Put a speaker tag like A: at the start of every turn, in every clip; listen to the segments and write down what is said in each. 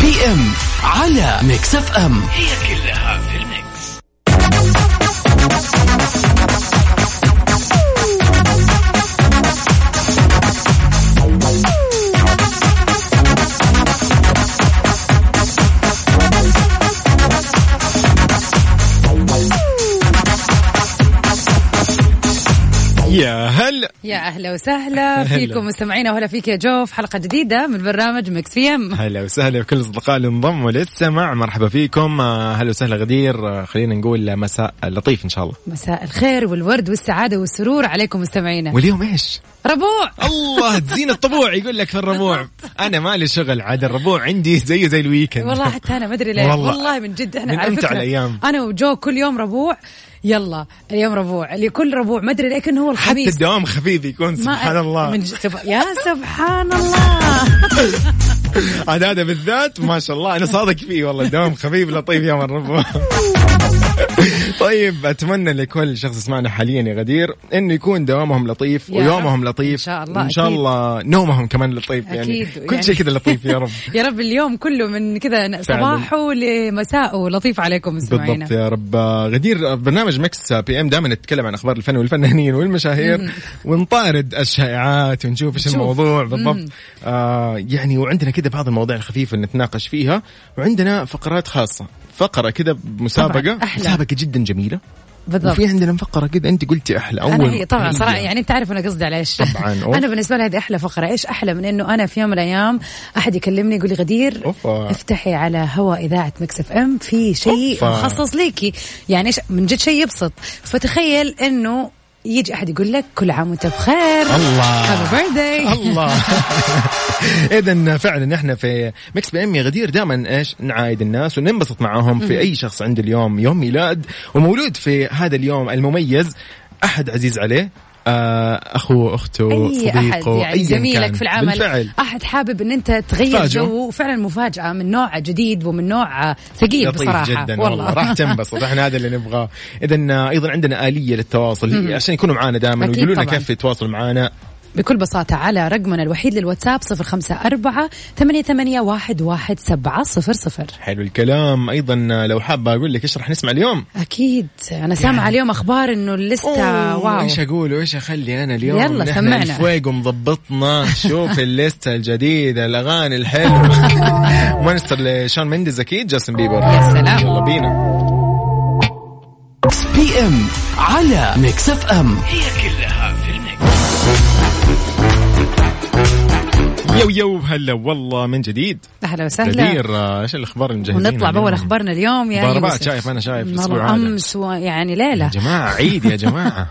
A: بي ام على ميكس اف ام
B: هي كلها في الميكس
C: يا هلا
D: يا اهلا وسهلا فيكم مستمعينا وهلا فيك يا جوف حلقه جديده من برنامج مكس في ام
C: هلا وسهلا بكل اصدقاء اللي انضموا للسمع مرحبا فيكم آه، هلا وسهلا غدير آه، خلينا نقول مساء لطيف ان شاء الله
D: مساء الخير والورد والسعاده والسرور عليكم مستمعينا
C: واليوم ايش؟
D: ربوع
C: نعم. الله تزين الطبوع يقول لك في الربوع انا مالي شغل عاد الربوع عندي زيه زي الويكند
D: والله حتى انا ما ادري ليه
C: والله.
D: والله, والله من جد احنا
C: من
D: على
C: أمتع
D: فكرة
C: الأيام.
D: انا وجو كل يوم ربوع يلا اليوم ربوع اللي كل ربوع ما ادري ليه كأنه هو
C: حتى
D: الخميس
C: الدوام خفيف يكون
D: ما-
C: سبحان الله
D: من ج... سب... يا سبحان الله
C: عاد هذا بالذات ما شاء الله انا صادق فيه والله الدوام خفيف لطيف يا من ربه طيب اتمنى لكل شخص يسمعنا حاليا يا غدير انه يكون دوامهم لطيف
D: يا
C: ويومهم
D: رب.
C: لطيف
D: إن شاء الله،
C: ان شاء
D: أكيد.
C: الله نومهم كمان لطيف يعني
D: اكيد
C: كل شيء كذا لطيف يا رب
D: يا رب اليوم كله من كذا صباحه لمساءه لطيف عليكم مستمعينا
C: بالضبط يا رب غدير برنامج مكس بي ام دائما نتكلم عن اخبار الفن والفنانين والمشاهير ونطارد الشائعات ونشوف ايش الموضوع بالضبط آه يعني وعندنا كده بعض المواضيع الخفيفه اللي نتناقش فيها وعندنا فقرات خاصه فقرة كده مسابقة
D: طبعاً، أحلى.
C: مسابقة جدا جميلة
D: بالضبط
C: وفي عندنا فقرة كده أنت قلتي أحلى أول
D: انا هي طبعا
C: فقرة.
D: صراحه يعني انت عارف انا قصدي على ايش
C: طبعاً، أوف.
D: انا بالنسبه لي هذه احلى فقره ايش احلى من انه انا في يوم من الايام احد يكلمني يقول لي غدير
C: أوفا.
D: افتحي على هوا اذاعه مكس اف ام في شيء
C: أوفا.
D: مخصص ليكي يعني ش- من جد شيء يبسط فتخيل انه يجي احد يقول لك كل عام وانت بخير
C: الله.
D: هابي بيرثداي
C: الله اذا فعلا احنا في مكس بي ام يا غدير دائما ايش نعايد الناس وننبسط معاهم في اي شخص عنده اليوم يوم ميلاد ومولود في هذا اليوم المميز احد عزيز عليه آه، اخوه اخته
D: اي
C: صديقه
D: احد يعني
C: أياً
D: زميلك
C: كان.
D: في العمل
C: بالفعل
D: احد حابب ان انت تغير
C: تفاجئه.
D: جو وفعلا مفاجاه من نوع جديد ومن نوع ثقيل
C: لطيف
D: بصراحه
C: جدا والله, راح تنبسط احنا هذا اللي نبغاه اذا ايضا عندنا اليه للتواصل عشان يكونوا معنا دائما
D: أكيد
C: ويقولوا لنا
D: طبعاً.
C: كيف يتواصلوا معنا
D: بكل بساطة على رقمنا الوحيد للواتساب صفر خمسة أربعة ثمانية ثمانية واحد واحد سبعة صفر صفر
C: حلو الكلام ايضا لو حابه اقول لك ايش راح نسمع اليوم
D: أكيد أنا سامعة اليوم أخبار إنه الليستة
C: يعني أوه،
D: واو
C: ايش اقول وايش اخلي انا اليوم
D: يلا،
C: نحن
D: سمعنا.
C: الفويق ومضبطنا شوف الليستة الجديدة الاغاني الحلوة مونستر لشون مندز اكيد جاستن بيبر
D: يا سلام.
C: يلا بينا
A: بي ام على ميكس اف ام
B: هي كلها في الميكس
C: يو يو هلا والله من جديد
D: أهلا وسهلا
C: غدير آه، ايش الاخبار اللي مجهزينها
D: ونطلع
C: اليوم؟
D: بأول أخبارنا اليوم يا
C: ضربات
D: يوسف.
C: شايف، أنا شايف الأسبوع هذا.
D: والله أمس و- يعني ليلة
C: يا جماعة عيد يا جماعة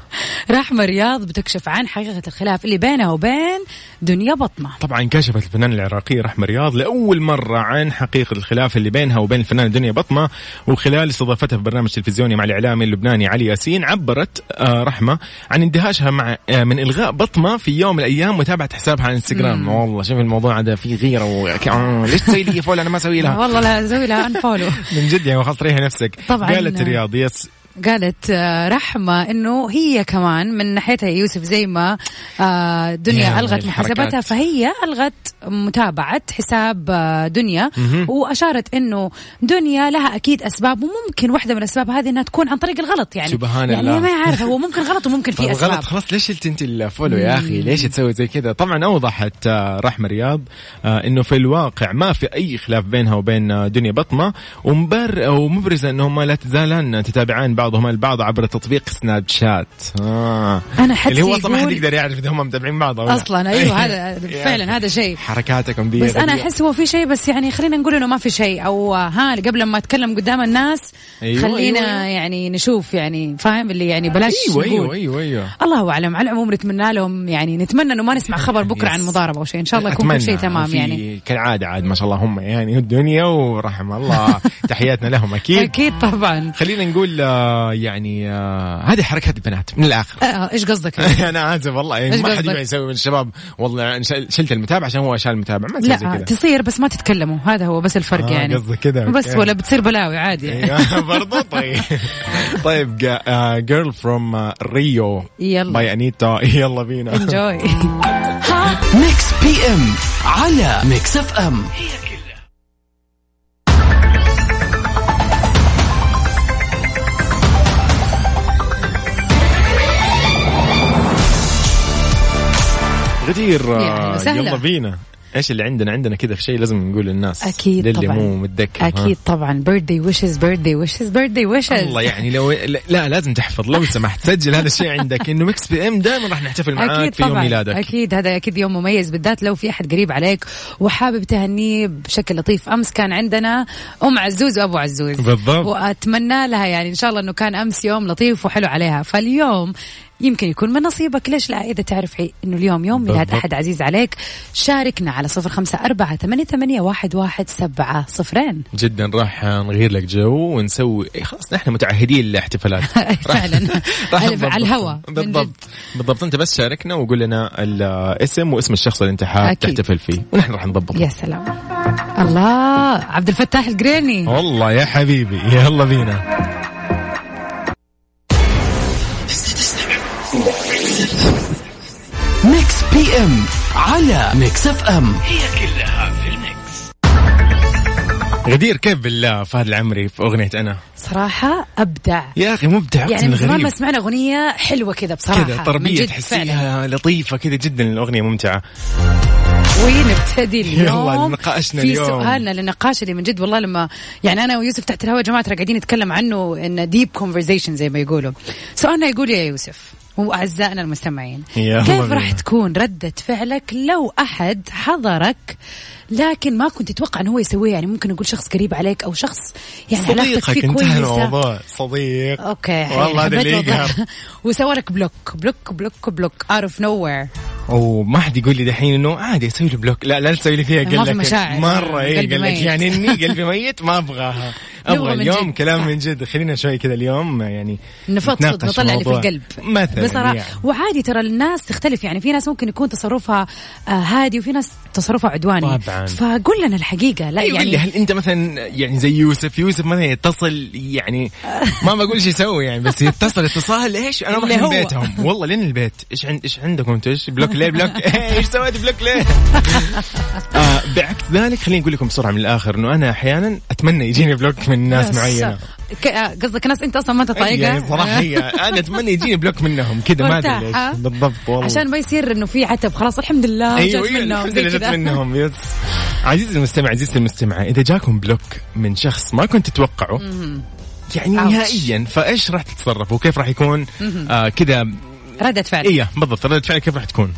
D: رحمة رياض بتكشف عن حقيقة الخلاف اللي بينها وبين دنيا بطمة
C: طبعا كشفت الفنانة العراقية رحمة رياض لأول مرة عن حقيقة الخلاف اللي بينها وبين الفنانة دنيا بطمة وخلال استضافتها في برنامج تلفزيوني مع الإعلامي اللبناني علي ياسين عبرت آه، رحمة عن اندهاشها مع آه، من إلغاء بطمة في يوم من الأيام متابعة حسابها على انستغرام والله شوف الموضوع هذا فيه غيرة وك- آه، ليش تسوي لي فول أنا ما أسوي لها
D: والله لا زوي لها أنفولو
C: من جد يعني خلاص ريحي نفسك
D: طبعاً.
C: قالت رياض يس
D: قالت آه، رحمة انه هي كمان من ناحيتها يا يوسف زي ما آه،
C: يا
D: دنيا الغت
C: الحركات.
D: محاسبتها فهي الغت متابعة حساب آه، دنيا واشارت انه دنيا لها اكيد اسباب وممكن واحدة من الاسباب هذه انها تكون عن طريق الغلط يعني
C: سبحان
D: يعني
C: الله.
D: هي ما يعرف هو ممكن غلط وممكن في
C: طب
D: اسباب
C: غلط خلاص ليش شلت انت الفولو يا اخي ليش تسوي زي كذا طبعا اوضحت آه، رحمه رياض آه، انه في الواقع ما في اي خلاف بينها وبين آه، دنيا بطمه ومبر ومبرزه انهما لا تزالان تتابعان بعضهما البعض عبر تطبيق سناب شات آه.
D: انا حدسي
C: اللي هو اصلا ما حد
D: يقول-
C: يقدر يعني. يعرف اذا هم متابعين بعض او لا.
D: اصلا ايوه هذا فعلا هذا شيء
C: حركاتكم دي
D: بس انا
C: غبية.
D: احس هو في شيء بس يعني خلينا نقول انه ما في شيء او ها قبل ما اتكلم قدام الناس
C: أيوة،
D: خلينا
C: أيوة، أيوة.
D: يعني نشوف يعني فاهم اللي يعني بلاش
C: ايوه ايوه
D: نقول.
C: ايوه ايوه
D: الله اعلم على العموم نتمنى لهم يعني نتمنى انه ما نسمع خبر بكره
C: يس.
D: عن مضاربه او شيء ان شاء الله يكون كل شيء
C: أتمنى.
D: تمام
C: في-
D: يعني
C: كالعاده عاد ما شاء الله هم يعني الدنيا ورحم الله تحياتنا لهم اكيد
D: اكيد طبعا
C: خلينا نقول آه، يعني آه، هذه حركات البنات من الاخر
D: آه، ايش قصدك
C: انا اسف والله يعني
D: إيش
C: ما حد
D: قصدك؟
C: يبغى يسوي من الشباب والله أنا شل- شلت المتابع عشان هو شال المتابع ما تسوي
D: لا
C: زي كذا
D: تصير بس ما تتكلموا هذا هو بس الفرق
C: آه،
D: يعني
C: قصدك كذا، أوكي.
D: بس ولا بتصير بلاوي عادي يعني.
C: إيه، برضو طيب طيب جيرل فروم ريو
D: يلا.
C: باي انيتا يلا بينا
D: انجوي
A: ميكس بي ام على ميكس اف ام
B: هي كلها
C: غدير آه،
D: يا وسهلا.
C: يلا بينا ايش اللي عندنا عندنا كذا في شيء لازم نقول للناس
D: اكيد
C: للي
D: طبعا
C: مو متذكر ها؟
D: اكيد طبعا بيرثدي ويشز بيرثدي ويشز بيرثدي ويشز
C: الله يعني لو لا لازم تحفظ لو سمحت سجل هذا الشيء عندك انه مكس بي ام دائما راح نحتفل معاك
D: اكيد
C: في يوم
D: طبعا
C: ميلادك
D: اكيد هذا اكيد يوم مميز بالذات لو في احد قريب عليك وحابب تهنيه بشكل لطيف امس كان عندنا ام عزوز وابو عزوز
C: بالضبط.
D: واتمنى لها يعني ان شاء الله انه كان امس يوم لطيف وحلو عليها فاليوم يمكن يكون من نصيبك ليش لا إذا تعرف حي- إنه اليوم يوم ميلاد
C: بالضبط.
D: أحد عزيز عليك شاركنا على صفر خمسة أربعة ثمانية ثمانية واحد واحد سبعة صفرين
C: جدا راح نغير لك جو ونسوي إيه خلاص نحن متعهدين للاحتفالات
D: فعلا
C: راح
D: على-
C: نضبط.
D: على الهواء من جد.
C: بالضبط بالضبط انت بس شاركنا وقول لنا الاسم واسم الشخص اللي انت حاب
D: أكيد.
C: تحتفل فيه ونحن راح نضبط
D: يا سلام الله عبد الفتاح القريني
C: والله يا حبيبي يلا بينا
A: ميكس بي ام على ميكس اف ام
B: هي كلها في الميكس
C: غدير كيف بالله فهد العمري في اغنيه انا
D: صراحة أبدع
C: يا اخي مبدع
D: يعني
C: أقسم
D: من زمان
C: غريب.
D: ما سمعنا أغنية حلوة كذا بصراحة
C: كذا
D: من
C: طربيه
D: جد فعلا.
C: تحسيها لطيفه كذا جدا الاغنيه ممتعه
D: ونبتدي اليوم
C: يلا لنقاشنا
D: في
C: اليوم.
D: سؤالنا للنقاش اللي من جد والله لما يعني أنا ويوسف تحت الهواء يا جماعة ترى قاعدين نتكلم عنه إن ديب كونفرزيشن زي ما يقولوا سؤالنا يقول يا يوسف وأعزائنا المستمعين
C: يلا
D: كيف
C: بينا.
D: راح تكون ردة فعلك لو أحد حضرك لكن ما كنت تتوقع انه هو يسويه يعني ممكن نقول شخص قريب عليك او شخص يعني علاقتك
C: صديقك
D: فيه
C: انتهى
D: كويسه
C: الموضوع صديق
D: اوكي
C: والله هذا اللي يقهر
D: وسوى لك بلوك بلوك بلوك بلوك اوت اوف نو وير
C: وما حد يقول لي دحين انه عادي اسوي لي بلوك لا لا تسوي لي فيها
D: ما
C: قال
D: في
C: لك
D: مشاعر.
C: مره اي
D: قلبي
C: قال لك
D: ميت.
C: يعني اني قلبي ميت ما ابغاها
D: يلا
C: ابغى
D: من
C: اليوم
D: جد.
C: كلام
D: صح.
C: من جد خلينا شوي كذا اليوم يعني
D: نفضفض
C: نتناقش
D: نطلع اللي في
C: موضوع.
D: القلب
C: مثلا
D: بصراحه
C: يعني.
D: وعادي ترى الناس تختلف يعني في ناس ممكن يكون تصرفها آه، هادي وفي ناس تصرفها عدواني
C: طبعاً.
D: فقول لنا الحقيقه لا
C: أيوة يعني
D: يعني
C: هل انت مثلا يعني زي يوسف يوسف مثلا يتصل يعني ما بقول شو يسوي يعني بس يتصل اتصال ايش انا
D: اللي
C: راح من
D: هو.
C: بيتهم والله لين البيت ايش عند ايش عندكم انتوا ايش بلوك ليه بلوك ايش سويت بلوك ليه آه بعكس ذلك خليني اقول لكم بسرعه من الاخر انه انا احيانا اتمنى يجيني بلوك من ناس معينه
D: ك- آه، قصدك ناس انت اصلا ما آه. انت
C: يعني
D: طايقه
C: صراحه هي انا اتمنى يجيني بلوك منهم كذا ما ادري
D: مرتاحة.
C: ليش بالضبط والله
D: عشان ما يصير انه في عتب خلاص الحمد لله
C: ايوه
D: جت
C: ايوه
D: منهم
C: الحمد
D: زي
C: لله جت
D: كذا.
C: منهم يس عزيزي المستمع عزيزتي المستمعة إذا جاكم بلوك من شخص ما كنت تتوقعه يعني
D: أوش.
C: نهائيا فايش راح تتصرف وكيف راح يكون آه كذا
D: ردة فعل
C: ايه بالضبط ردة فعلك كيف راح تكون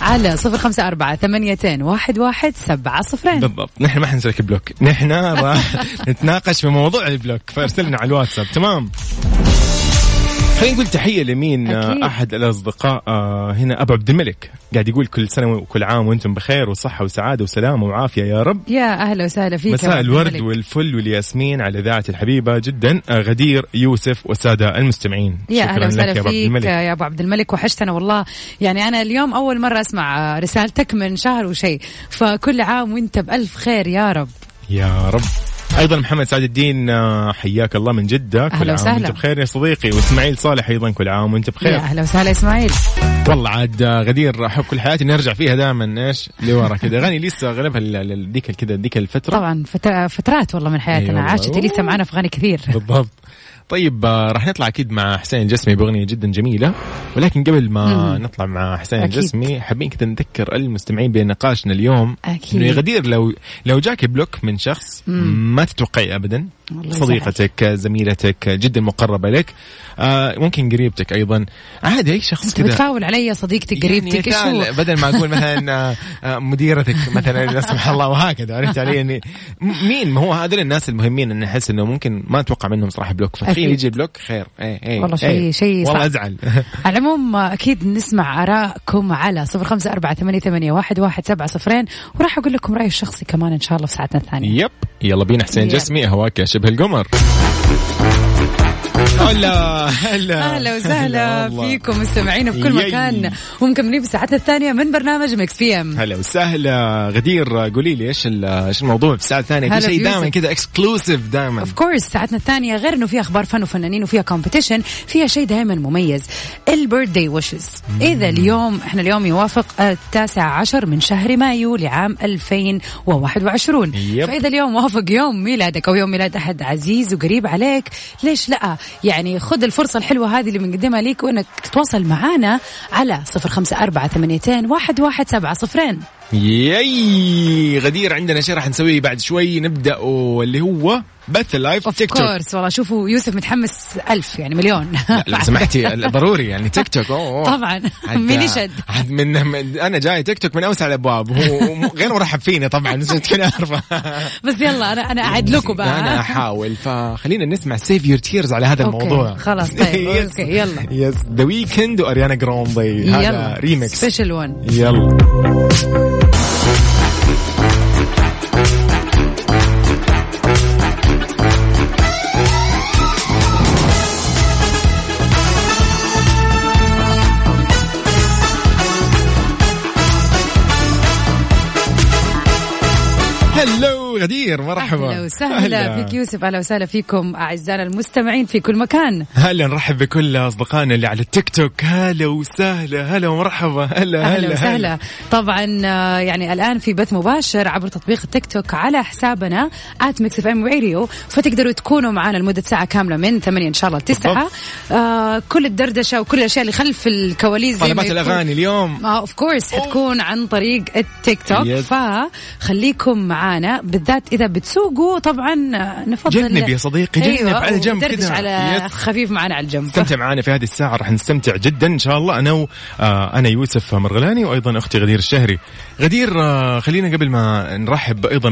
D: على صفر خمسة أربعة ثمانيتين واحد واحد سبعة صفرين
C: بالضبط نحن ما حنسلك بلوك نحن راح نتناقش في موضوع البلوك فارسلنا على الواتساب تمام خلينا نقول تحية لمين
D: أكيد.
C: آه، أحد الأصدقاء آه، هنا أبو عبد الملك قاعد يقول كل سنة وكل عام وأنتم بخير وصحة وسعادة وسلامة وعافية يا رب
D: يا أهلا وسهلا فيك يا
C: مساء
D: عبد
C: الورد
D: الملك.
C: والفل والياسمين على اذاعه الحبيبه جدا آه، غدير يوسف والساده المستمعين
D: يا
C: شكرا لك
D: اهلا
C: يا
D: وسهلا
C: أبو عبد
D: فيك
C: الملك
D: يا ابو عبد الملك وحشتنا والله يعني انا اليوم اول مره اسمع آه، رسالتك من شهر وشيء فكل عام وانت بالف خير يا رب
C: يا رب ايضا محمد سعد الدين آه، حياك الله من جده كل
D: أهلا
C: عام
D: وسهلا.
C: وانت بخير يا صديقي واسماعيل صالح ايضا كل عام وانت
D: يا
C: بخير
D: اهلا وسهلا اسماعيل
C: والله عاد آه، غدير احب كل حياتي نرجع فيها دائما ايش لورا كذا اغاني لسه اغلبها ال- ال- ذيك كذا ذيك الفتره
D: طبعا فترة- فترات والله من
C: أيوة
D: حياتنا
C: والله.
D: عاشت لسه معنا في اغاني كثير
C: بالضبط طيب آه، راح نطلع اكيد مع حسين الجسمي باغنيه جدا جميله ولكن قبل ما
D: مم.
C: نطلع مع حسين
D: أكيد.
C: الجسمي حابين كذا نذكر المستمعين بنقاشنا اليوم
D: أكيد.
C: انه يا يعني غدير لو لو جاك بلوك من شخص ما تتوقعي ابدا
D: والله
C: صديقتك زميلتك جدا مقربه لك آه، ممكن قريبتك ايضا عادي اي شخص
D: انت
C: كذا
D: بتفاول علي صديقتك قريبتك ايش
C: يعني
D: هو
C: تعال، بدل ما اقول مثلا آه، آه، مديرتك مثلا لا سمح الله وهكذا عرفت علي اني م- مين ما هو هذول الناس المهمين اني احس انه ممكن ما اتوقع منهم صراحه بلوك فتخيل
D: أكيد.
C: يجي بلوك خير ايه ايه
D: والله شيء-
C: إيه.
D: شيء
C: والله
D: صعب.
C: ازعل
D: على العموم اكيد نسمع ارائكم على صفر خمسة أربعة ثمانية ثمانية واحد واحد سبعة صفرين وراح اقول لكم رايي الشخصي كمان ان شاء الله في ساعتنا الثانية
C: يب يلا بينا حسين
D: يلا.
C: جسمي هواك يا شبه القمر هلا هلا
D: اهلا وسهلا
C: والله.
D: فيكم مستمعينا في كل
C: ياي.
D: مكان ومكملين في ساعتنا الثانيه من برنامج مكس بي ام
C: هلا وسهلا غدير قولي لي ايش ال- ايش الموضوع في الساعه الثانيه
D: هلا
C: في شيء
D: بيوسف.
C: دائما كذا اكسكلوسيف دائما
D: اوف كورس ساعتنا الثانيه غير انه فيها اخبار فن وفنانين وفيها كومبيتيشن فيها شيء دائما مميز البيرث داي ويشز اذا اليوم احنا اليوم يوافق التاسع عشر من شهر مايو لعام 2021
C: يب.
D: فاذا اليوم وافق يوم ميلادك او يوم ميلاد احد عزيز وقريب عليك ليش لا يعني خذ الفرصة الحلوة هذه اللي بنقدمها ليك وإنك تتواصل معنا على صفر خمسة أربعة ثمانيتين واحد واحد سبعة صفرين
C: ياي غدير عندنا شيء راح نسويه بعد شوي نبدا اللي هو بث اللايف
D: اوف
C: تيك توك
D: كورس والله شوفوا يوسف متحمس ألف يعني مليون
C: لا، لو سمحتي ضروري يعني تيك توك أوه، أوه.
D: طبعا
C: حتى-
D: مين يشد
C: حد من من- انا جاي تيك توك من اوسع الابواب هو م- غير مرحب فيني طبعا بس أنت كده عارفه
D: بس يلا انا انا اعد لكم بقى
C: انا احاول فخلينا نسمع سيف يور تيرز على هذا
D: أوكي،
C: الموضوع
D: خلاص، طيب،
C: يس.
D: أوكي، يلا.
C: يس ذا ويكند واريانا جروندي هذا
D: يلا
C: ريمكس
D: سبيشل 1
C: يلا هلو غدير مرحبا
D: اهلا وسهلا فيك يوسف اهلا وسهلا فيكم اعزائنا المستمعين في كل مكان
C: هلا نرحب بكل اصدقائنا اللي على التيك توك هلا وسهلا هلا ومرحبا هلا
D: اهلا
C: هلا
D: وسهلا طبعا آه، يعني الان في بث مباشر عبر تطبيق التيك توك على حسابنا ات ميكس اف ام راديو فتقدروا تكونوا معنا لمده ساعه كامله من 8 ان شاء الله ل 9
C: بالضبط.
D: آه كل الدردشه وكل الاشياء اللي خلف الكواليس زي ما
C: طلبات
D: يكون.
C: الاغاني اليوم
D: ما اوف كورس حتكون عن طريق التيك توك
C: Yes.
D: فخليكم معانا بالذات اذا بتسوقوا طبعا آه، نفضل
C: جنب يا صديقي، جنب
D: أيوة،
C: على الجنب
D: ودردش
C: كده.
D: على
C: Yes.
D: خفيف معانا على الجنب
C: استمتع معنا في هذه الساعة راح نستمتع جدا إن شاء الله أنا و... آه أنا يوسف مرغلاني وأيضا أختي غدير الشهري غدير آه خلينا قبل ما نرحب أيضا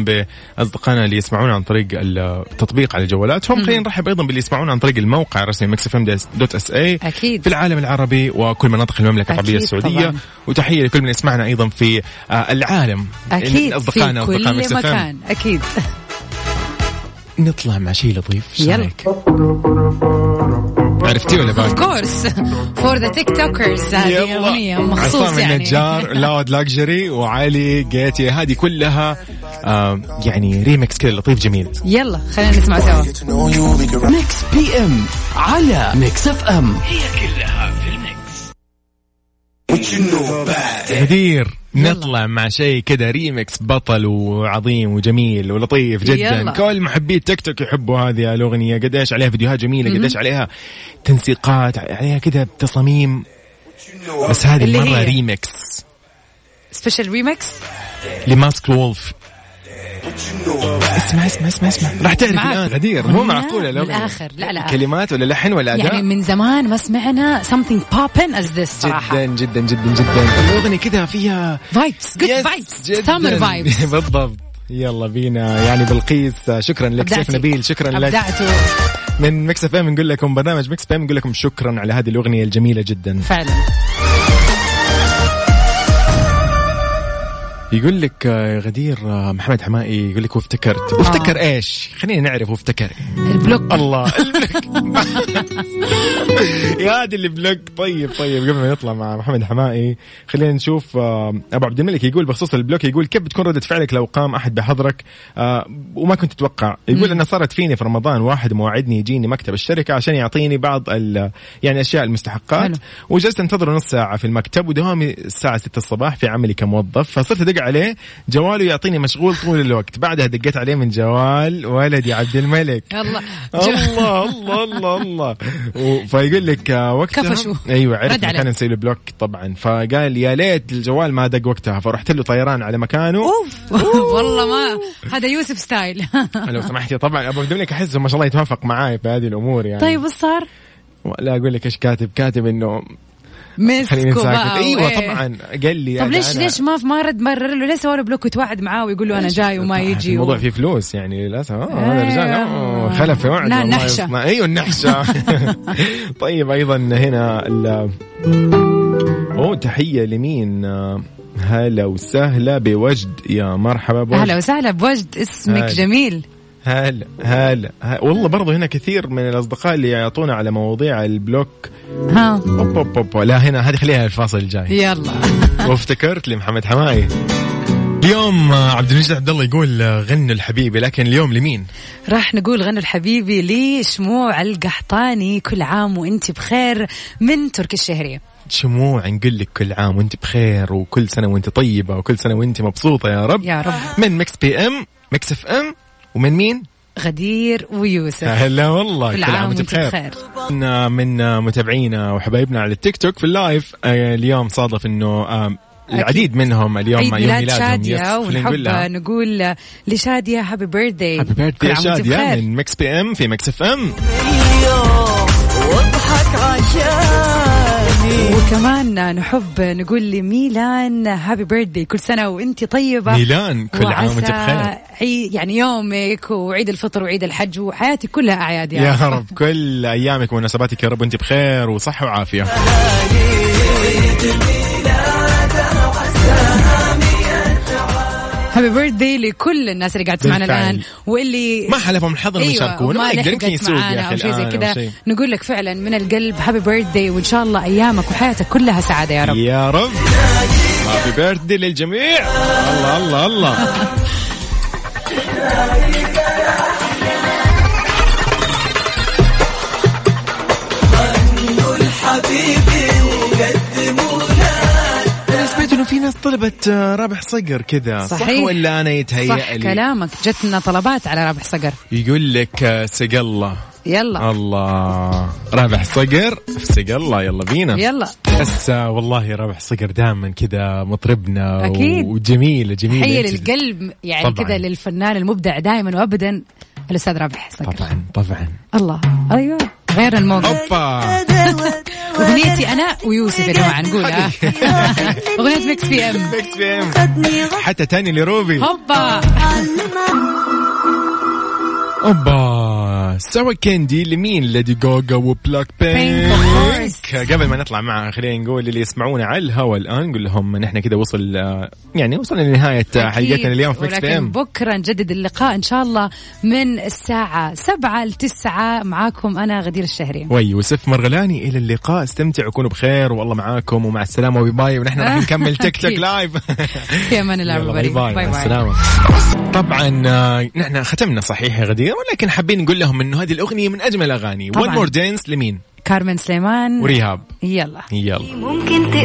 C: بأصدقائنا اللي يسمعونا عن طريق التطبيق على جوالاتهم خلينا نرحب أيضا باللي يسمعونا عن طريق الموقع الرسمي مكسف دوت اس اي
D: أكيد.
C: في العالم العربي وكل مناطق المملكة العربية
D: أكيد
C: السعودية
D: طبعاً.
C: وتحية لكل من يسمعنا أيضا في آه العالم
D: اكيد
C: يعني أصدقائنا
D: في
C: وأصدقاء
D: كل
C: مكسف
D: مكان اكيد
C: نطلع مع شيء لطيف شو
D: يلا.
C: رأيك؟ عرفتي ولا باقي؟
D: اوف كورس فور ذا تيك توكرز هذه
C: يلا.
D: اغنيه مخصوص
C: عصام
D: يعني
C: النجار لاود لاكجري وعلي جيتي هذه كلها آه يعني ريمكس كذا لطيف جميل
D: يلا خلينا نسمع سوا
A: ميكس بي ام على ميكس اف ام
B: هي كلها في الميكس
C: غدير نطلع مع شيء كذا ريمكس بطل وعظيم وجميل ولطيف جدا
D: يلا.
C: يلا. كل محبي التيك توك يحبوا هذه الاغنيه قديش عليها فيديوهات جميله قديش عليها تنسيقات عليها كذا تصاميم بس هذه
D: اللي
C: المره
D: هي.
C: ريمكس
D: سبيشال ريمكس
C: لماسك وولف اسمع اسمع اسمع اسمع راح تعرف
D: معاك.
C: الان غدير مو
D: لا،
C: معقوله لو
D: من الآخر. لا، لا.
C: كلمات ولا لحن ولا اداء
D: يعني من زمان ما سمعنا something poppin as this
C: جدا
D: صراحه
C: جدا جدا جدا الاغنيه كذا فيها
D: فايبس جود
C: Yes،
D: فايبس
C: جداً.
D: سمر فايبس
C: بالضبط يلا بينا يعني بلقيس شكرا لك سيف نبيل شكرا لك
D: ابدعته
C: من مكس اف ام نقول لكم برنامج مكس اف ام نقول لكم شكرا على هذه الاغنيه الجميله جدا
D: فعلا
C: يقول لك آه، غدير آه، محمد حمائي يقول لك وافتكرت وافتكر ايش خلينا نعرف وافتكر
D: البلوك
C: الله البلوك يا هذا اللي بلوك طيب طيب قبل ما نطلع مع محمد حمائي خلينا نشوف آه، ابو عبد الملك يقول بخصوص البلوك يقول كيف بتكون ردة فعلك لو قام احد بحظرك آه، وما كنت تتوقع يقول انا صارت فيني في رمضان واحد مواعدني يجيني مكتب الشركه عشان يعطيني بعض ال- يعني اشياء المستحقات
D: حلو.
C: وجلست انتظره نص ساعه في المكتب ودوامي الساعه 6 الصباح في عملي كموظف فصرت ادق عليه جواله يعطيني مشغول طول الوقت بعدها دقيت عليه من جوال ولدي عبد الملك
D: يلا
C: الله الله الله الله و- فيقول لك آه، وقتها
D: كفشوا.
C: ايوه
D: رد
C: عرف
D: عليه.
C: مكان نسوي له بلوك طبعا فقال يا ليت الجوال ما دق وقتها فرحت له طيران على مكانه
D: اوف والله ما هذا يوسف ستايل
C: لو سمحتي طبعا ابو عبد الملك احسه ما شاء الله يتوافق معاي في هذه الامور يعني
D: طيب ايش صار؟
C: لا اقول لك ايش كاتب كاتب انه خليني
D: مسكوا
C: ساكت
D: بقى
C: ايوه
D: وإيه.
C: طبعا قال لي
D: طب
C: أنا-
D: ليش
C: يعني أنا-
D: ليش ما ما رد مرر له ليه سوى له بلوك وتوعد معاه ويقول له انا جاي وما
C: طبعاً
D: يجي
C: الموضوع
D: و...
C: فيه فلوس يعني للاسف آه هذا الرجال آه
D: أيوة.
C: خلف في وعده
D: نا-
C: الله
D: نحشة.
C: يصنع. ايوه النحشه طيب ايضا هنا ال- اوه تحيه لمين آه، هلا وسهلا بوجد يا مرحبا
D: اهلا
C: بوجد
D: وسهلا بوجد اسمك
C: هلا.
D: جميل
C: هلا هلا ه- والله برضو هنا كثير من الاصدقاء اللي يعطونا على مواضيع البلوك
D: ها
C: اوب اوب اوب لا هنا هذه خليها الفاصل الجاي
D: يلا
C: وافتكرت لمحمد حماي اليوم آه، عبد المجيد عبد الله يقول آه، غنوا الحبيبي لكن اليوم لمين؟
D: راح نقول غنوا الحبيبي لشموع القحطاني كل عام وانت بخير من تركي الشهري
C: شموع نقول لك كل عام وانت بخير وكل سنه وانت طيبه وكل سنه وانت مبسوطه يا رب
D: يا رب.
C: من مكس بي ام مكس اف ام ومن مين
D: غدير ويوسف
C: هلا والله
D: كل عام وانتم بخير.
C: من من متابعينا وحبايبنا على التيك توك في اللايف آه، اليوم صادف انه آه، العديد منهم اليوم
D: عيد
C: يوم
D: ميلاد
C: ميلادهم يس،
D: شادية
C: خلينا نقول
D: ونحب
C: لها
D: نقول لشادية هابي بيرثداي
C: هابي بيرثدي شادية من مكس بي ام في مكس اف ام
D: وكمان نحب نقول لميلان هابي بيرثداي كل سنة وانت طيبة
C: ميلان كل عام وانت
D: وعسى
C: بخير
D: عي- يعني يومك وعيد الفطر وعيد الحج وحياتك كلها أعياد يعني.
C: يا رب كل ايامك ومناسباتك يا رب وانت بخير وصحه وعافيه
D: هابي بيرثداي لكل الناس اللي قاعد تسمعنا
C: بالفعل.
D: الآن واللي أيوة،
C: ما حلفهم الحظ انهم يشاركونا ما يقدر
D: لحقت
C: يمكن يسوق
D: معانا
C: يا اخي
D: أو شيء زي
C: الآن أو
D: كذا
C: شيء.
D: نقول لك فعلا من القلب هابي بيرثداي وان شاء الله ايامك وحياتك كلها سعاده يا رب
C: يا رب هابي بيرثدي للجميع الله الله الله انا سمعت انه في ناس طلبت آه، رابح صقر كذا صح
D: صحيح.
C: ولا انا
D: صح
C: يتهيأ لي
D: كلامك جتنا طلبات على رابح صقر
C: يقول لك آه، سق الله آه،
D: يلا
C: الله رابح صقر سق الله يلا بينا
D: يلا
C: بس والله رابح صقر دائما كذا مطربنا
D: أكيد.
C: وجميله جميله
D: حي
C: أنت-
D: للقلب يعني
C: طبعاً.
D: كذا للفنان المبدع دائما وابدا الاستاذ رابح صقر
C: طبعا طبعا
D: الله ايوه غير الموقف
C: اوبا
D: اغنيتي انا ويوسف يا جماعه نقول آه. اغنيه ميكس بي ام
C: ميكس بي ام حتى تاني لروبي
D: هوبا
C: اوبا سوا كاندي لمين ليدي جوجا وبلاك
D: Pink، of course.
C: بينك قبل ما نطلع مع خلينا نقول اللي يسمعونا على الهوا الان نقول لهم نحن كذا وصل آه، يعني وصلنا لنهايه آه، حلقتنا اليوم في ميكس بي
D: ولكن
C: ام
D: بكرة نجدد اللقاء إن شاء الله من الساعة سبعة لتسعة معاكم أنا غدير الشهري
C: ويوسف طيب، مرغلاني الى اللقاء استمتعوا كونوا بخير والله معاكم ومع السلامه وباي باي ونحن راح نكمل تيك توك
D: أكيد.
C: لايف
D: في أمان الله
C: يلا، باي
D: everybody.
C: باي مع السلامه طبعا آه، نحن ختمنا صحيح يا غدير ولكن حابين نقول لهم انه هذه الاغنيه من اجمل اغاني ون
D: طبعاً.
C: نعم. مور دانس لمين
D: كارمن سليمان
C: وريهاب
D: يلا
C: يلا
E: ممكن